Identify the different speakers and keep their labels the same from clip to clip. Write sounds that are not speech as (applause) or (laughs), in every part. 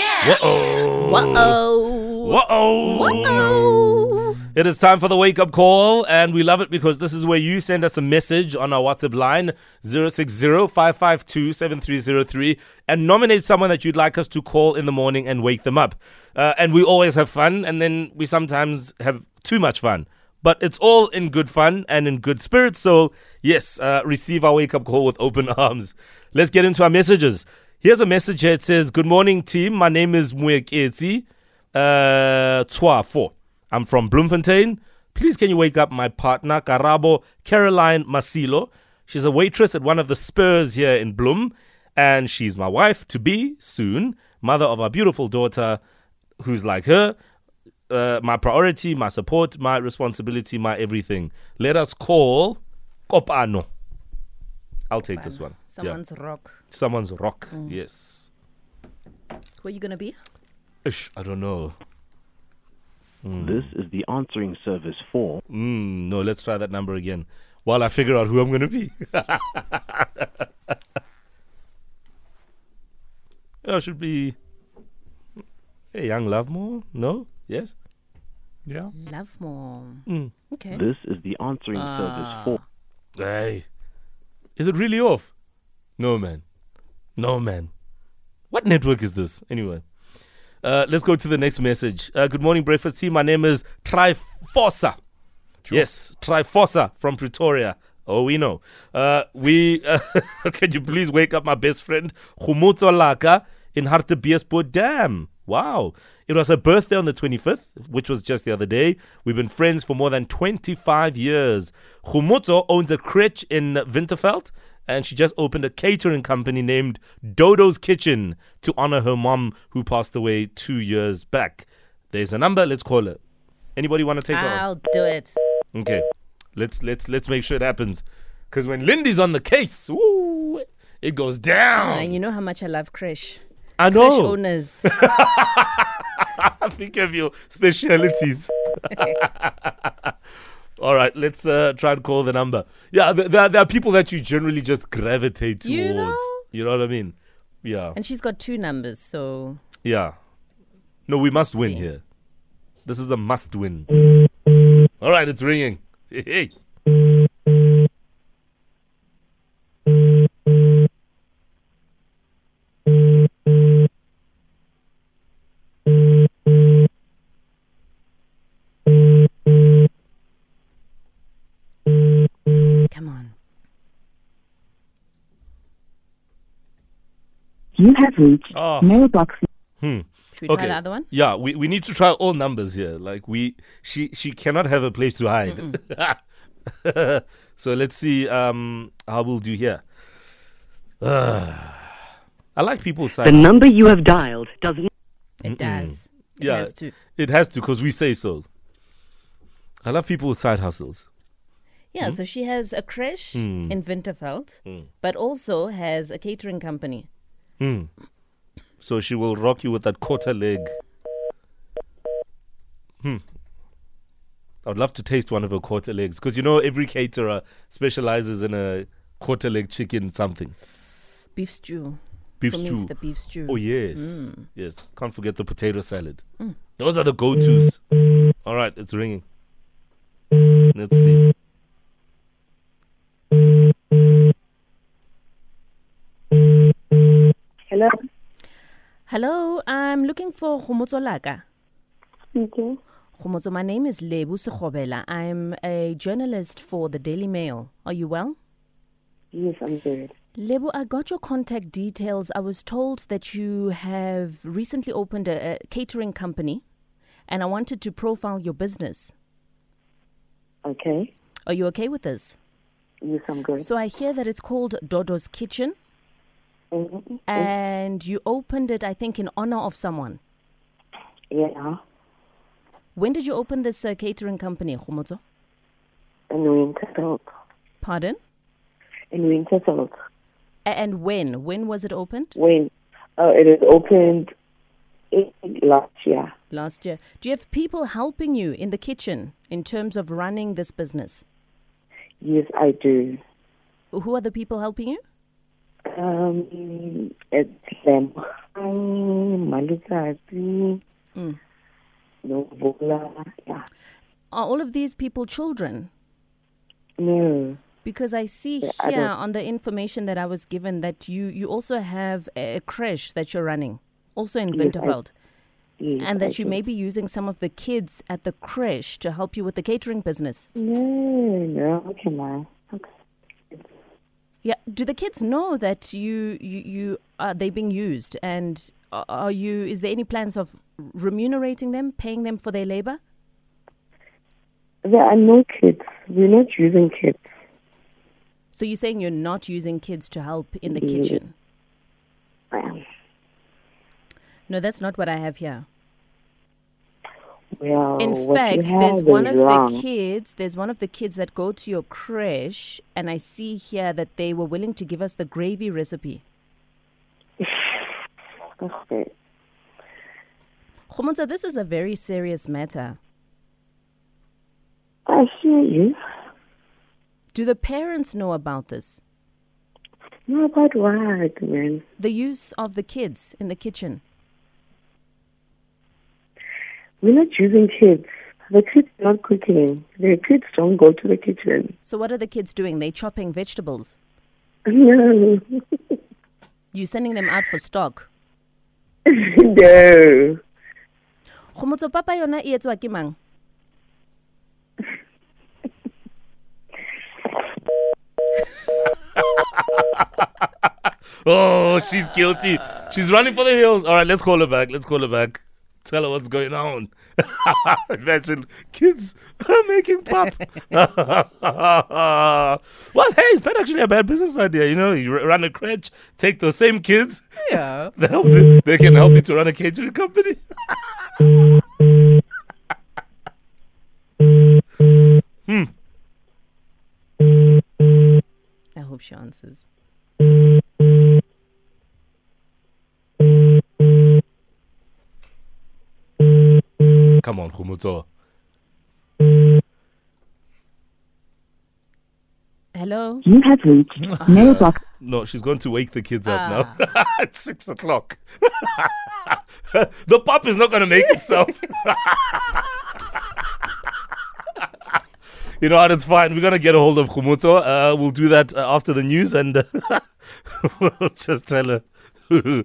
Speaker 1: Whoa.
Speaker 2: Whoa.
Speaker 1: Whoa.
Speaker 2: Whoa.
Speaker 1: It is time for the wake up call, and we love it because this is where you send us a message on our WhatsApp line 060 and nominate someone that you'd like us to call in the morning and wake them up. Uh, and we always have fun, and then we sometimes have too much fun. But it's all in good fun and in good spirits. So, yes, uh, receive our wake up call with open (laughs) arms. Let's get into our messages. Here's a message here. It says, Good morning, team. My name is Mweketsi uh, Tswa 4. I'm from Bloemfontein. Please can you wake up my partner, Karabo Caroline Masilo. She's a waitress at one of the Spurs here in Bloom, and she's my wife to be soon, mother of our beautiful daughter, who's like her. Uh, my priority, my support, my responsibility, my everything. Let us call Kopano. I'll take this one. Yeah.
Speaker 2: Someone's rock.
Speaker 1: Someone's rock. Yes.
Speaker 2: Where you gonna be?
Speaker 1: Ish, I don't know.
Speaker 3: This is the answering service for.
Speaker 1: Mm, no, let's try that number again while I figure out who I'm going to be. (laughs) I Oh, should be. Hey, young love more? No? Yes? Yeah?
Speaker 2: Love more. Okay.
Speaker 3: This is the answering service for.
Speaker 1: Hey. Is it really off? No, man. No, man. What network is this? Anyway. Uh, let's go to the next message. Uh, good morning, breakfast team. My name is Triforsa. Yes, Triforsa from Pretoria. Oh, we know. Uh, we uh, (laughs) can you please wake up my best friend Humutso Laka in Hartebeespoort Dam. Wow, it was her birthday on the 25th, which was just the other day. We've been friends for more than 25 years. Humutso owns a crèche in Winterfeld, and she just opened a catering company named Dodo's Kitchen to honor her mom who passed away two years back. There's a number. Let's call her. Anybody want to take her on?
Speaker 2: I'll do it.
Speaker 1: Okay, let's let's let's make sure it happens, because when Lindy's on the case, woo, it goes down.
Speaker 2: And you know how much I love Crash.
Speaker 1: I
Speaker 2: Crash
Speaker 1: know. (laughs)
Speaker 2: owners.
Speaker 1: I think of your specialities. (laughs) All right, let's uh, try and call the number. Yeah, th- there, are- there are people that you generally just gravitate towards.
Speaker 2: You know?
Speaker 1: You know what I mean? Yeah,
Speaker 2: and she's got two numbers, so
Speaker 1: yeah. No, we must win here. This is a must win. All right, it's ringing. Hey, hey.
Speaker 2: come on.
Speaker 4: You have reached
Speaker 1: Oh.
Speaker 4: mailbox.
Speaker 2: Should we try the other one?
Speaker 1: Yeah, we, we need to try all numbers here. Like we she she cannot have a place to hide. (laughs) so let's see um how we'll do here. (sighs) Ah. I like people's
Speaker 4: The
Speaker 1: side.
Speaker 4: number you have dialed doesn't.
Speaker 2: It does. It
Speaker 1: Yeah.
Speaker 2: has to.
Speaker 1: It has to because we say so. I love people with side hustles.
Speaker 2: Yeah,
Speaker 1: Mm-hmm.
Speaker 2: so she has a crash
Speaker 1: Mm.
Speaker 2: in Winterfeld, but also has a catering company.
Speaker 1: So she will rock you with that quarter leg. Hmm. I'd love to taste one of her quarter legs because you know every caterer specializes in a quarter leg chicken something.
Speaker 2: Beef stew.
Speaker 1: Beef
Speaker 2: For me,
Speaker 1: stew.
Speaker 2: it's the beef Mm. stew.
Speaker 1: Oh yes, yes. Can't forget the potato salad. Those are the go-to's. All right, it's ringing. Let's see.
Speaker 5: Hello.
Speaker 2: Hello, I'm looking for Khomotso Laka.
Speaker 5: Okay.
Speaker 2: Khomotso, my name is Lebu Sekgobela. I'm a journalist for the Daily Mail. Are you well?
Speaker 5: Yes, I'm good.
Speaker 2: Lebo, I got your contact details. I was told that you have recently opened a, a catering company and I wanted to profile your business.
Speaker 5: Okay.
Speaker 2: Are you okay with this?
Speaker 5: Yes, I'm good.
Speaker 2: So I hear that it's called Dodo's Kitchen
Speaker 5: Mhm.
Speaker 2: and you opened it, I think, in honor of someone.
Speaker 5: Yeah.
Speaker 2: When did you open this uh, catering company, Khomotso?
Speaker 5: In Winterfeld.
Speaker 2: Pardon?
Speaker 5: In Winterfeld.
Speaker 2: A- and when? When was it opened?
Speaker 5: When? Oh, it is opened in last year.
Speaker 2: Last year. Do you have people helping you in the kitchen in terms of running this business?
Speaker 5: Yes, I do.
Speaker 2: Who are the people helping you?
Speaker 5: Um, it's
Speaker 2: Hmm.
Speaker 5: Lemhai, Malikazi, Novola. Yeah.
Speaker 2: Are all of these people children?
Speaker 5: No.
Speaker 2: Because I see
Speaker 5: I
Speaker 2: here
Speaker 5: don't-
Speaker 2: on the information that I was given that you, you also have a a creche that you're running, also in
Speaker 5: Yes, I-
Speaker 2: Winterveld,
Speaker 5: Yes,
Speaker 2: and
Speaker 5: I
Speaker 2: that you
Speaker 5: do.
Speaker 2: may be using some of the kids at the creche to help you with the catering business.
Speaker 5: No, no. Okay, ma. Okay.
Speaker 2: Yeah. Do the kids know that you you, you are they being used, and are- are you? Is there any plans of remunerating them, paying them for their labor?
Speaker 5: There are no kids. We're not using kids.
Speaker 2: So you're saying you're not using kids to help in the
Speaker 5: Yeah.
Speaker 2: kitchen?
Speaker 5: Um,
Speaker 2: No, that's not what I have here.
Speaker 5: Well,
Speaker 2: in
Speaker 5: Oh, what you
Speaker 2: fact, there's
Speaker 5: have
Speaker 2: one
Speaker 5: is
Speaker 2: of the
Speaker 5: wrong.
Speaker 2: kids. There's one of the kids that go to your creche, and I see here that they were willing to give us the gravy recipe.
Speaker 5: (laughs) Okay.
Speaker 2: Khomonza, this is a very serious matter.
Speaker 5: I hear you.
Speaker 2: Do the parents know about this?
Speaker 5: No, about what, man?
Speaker 2: The use of the kids in the kitchen.
Speaker 5: We're not using kids. The kids are not cooking. The kids don't go to the kitchen. (laughs)
Speaker 2: So what are the kids doing? They chopping vegetables.
Speaker 5: No. (laughs)
Speaker 2: You sending them out for stock.
Speaker 5: no.
Speaker 2: Khomotso papa yona e etswa ke mang?
Speaker 1: Oh, she's guilty. She's running for the hills. All right, let's call her back. Let's call her back. Tell her what's going on. (laughs) Imagine kids are making pop. (laughs) well, hey, it's not actually a bad business idea. You know, you r- run a crutch, take those same kids.
Speaker 6: Yeah.
Speaker 1: (laughs) They, help you- they can help you to run a catering company.
Speaker 2: I hope she answers.
Speaker 1: Come on, Khumutso.
Speaker 2: Hello.
Speaker 4: You have
Speaker 5: (laughs)
Speaker 4: reached mailbox.
Speaker 1: No, she's going to wake the kids up (laughs) now. it's six o'clock. (laughs) the pop is not going to make itself. (laughs) you know what? It's fine. We're going to get a hold of Khumuto. Uh, we'll do that uh, after the news and uh, (laughs) we'll just tell her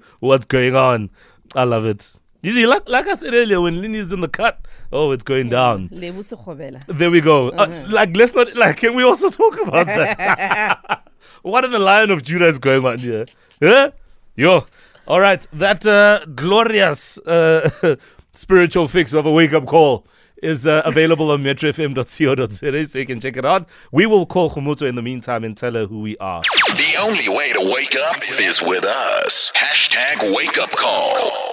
Speaker 1: (laughs) what's going on. I love it. You see, like, like I said earlier, when Linny's in the cut, oh, it's going down. There we go. Uh, like, let's not. Like, can we also talk about that? what in the Lion of Judah is going on here? Huh? Yo. All right. That uh, glorious uh, (laughs) spiritual fix of a wake up call is uh, available on metrofm.co.za so you can check it out. We will call Khumuto in the meantime and tell her who we are.
Speaker 7: The only way to wake up is with us. Hashtag wake up call.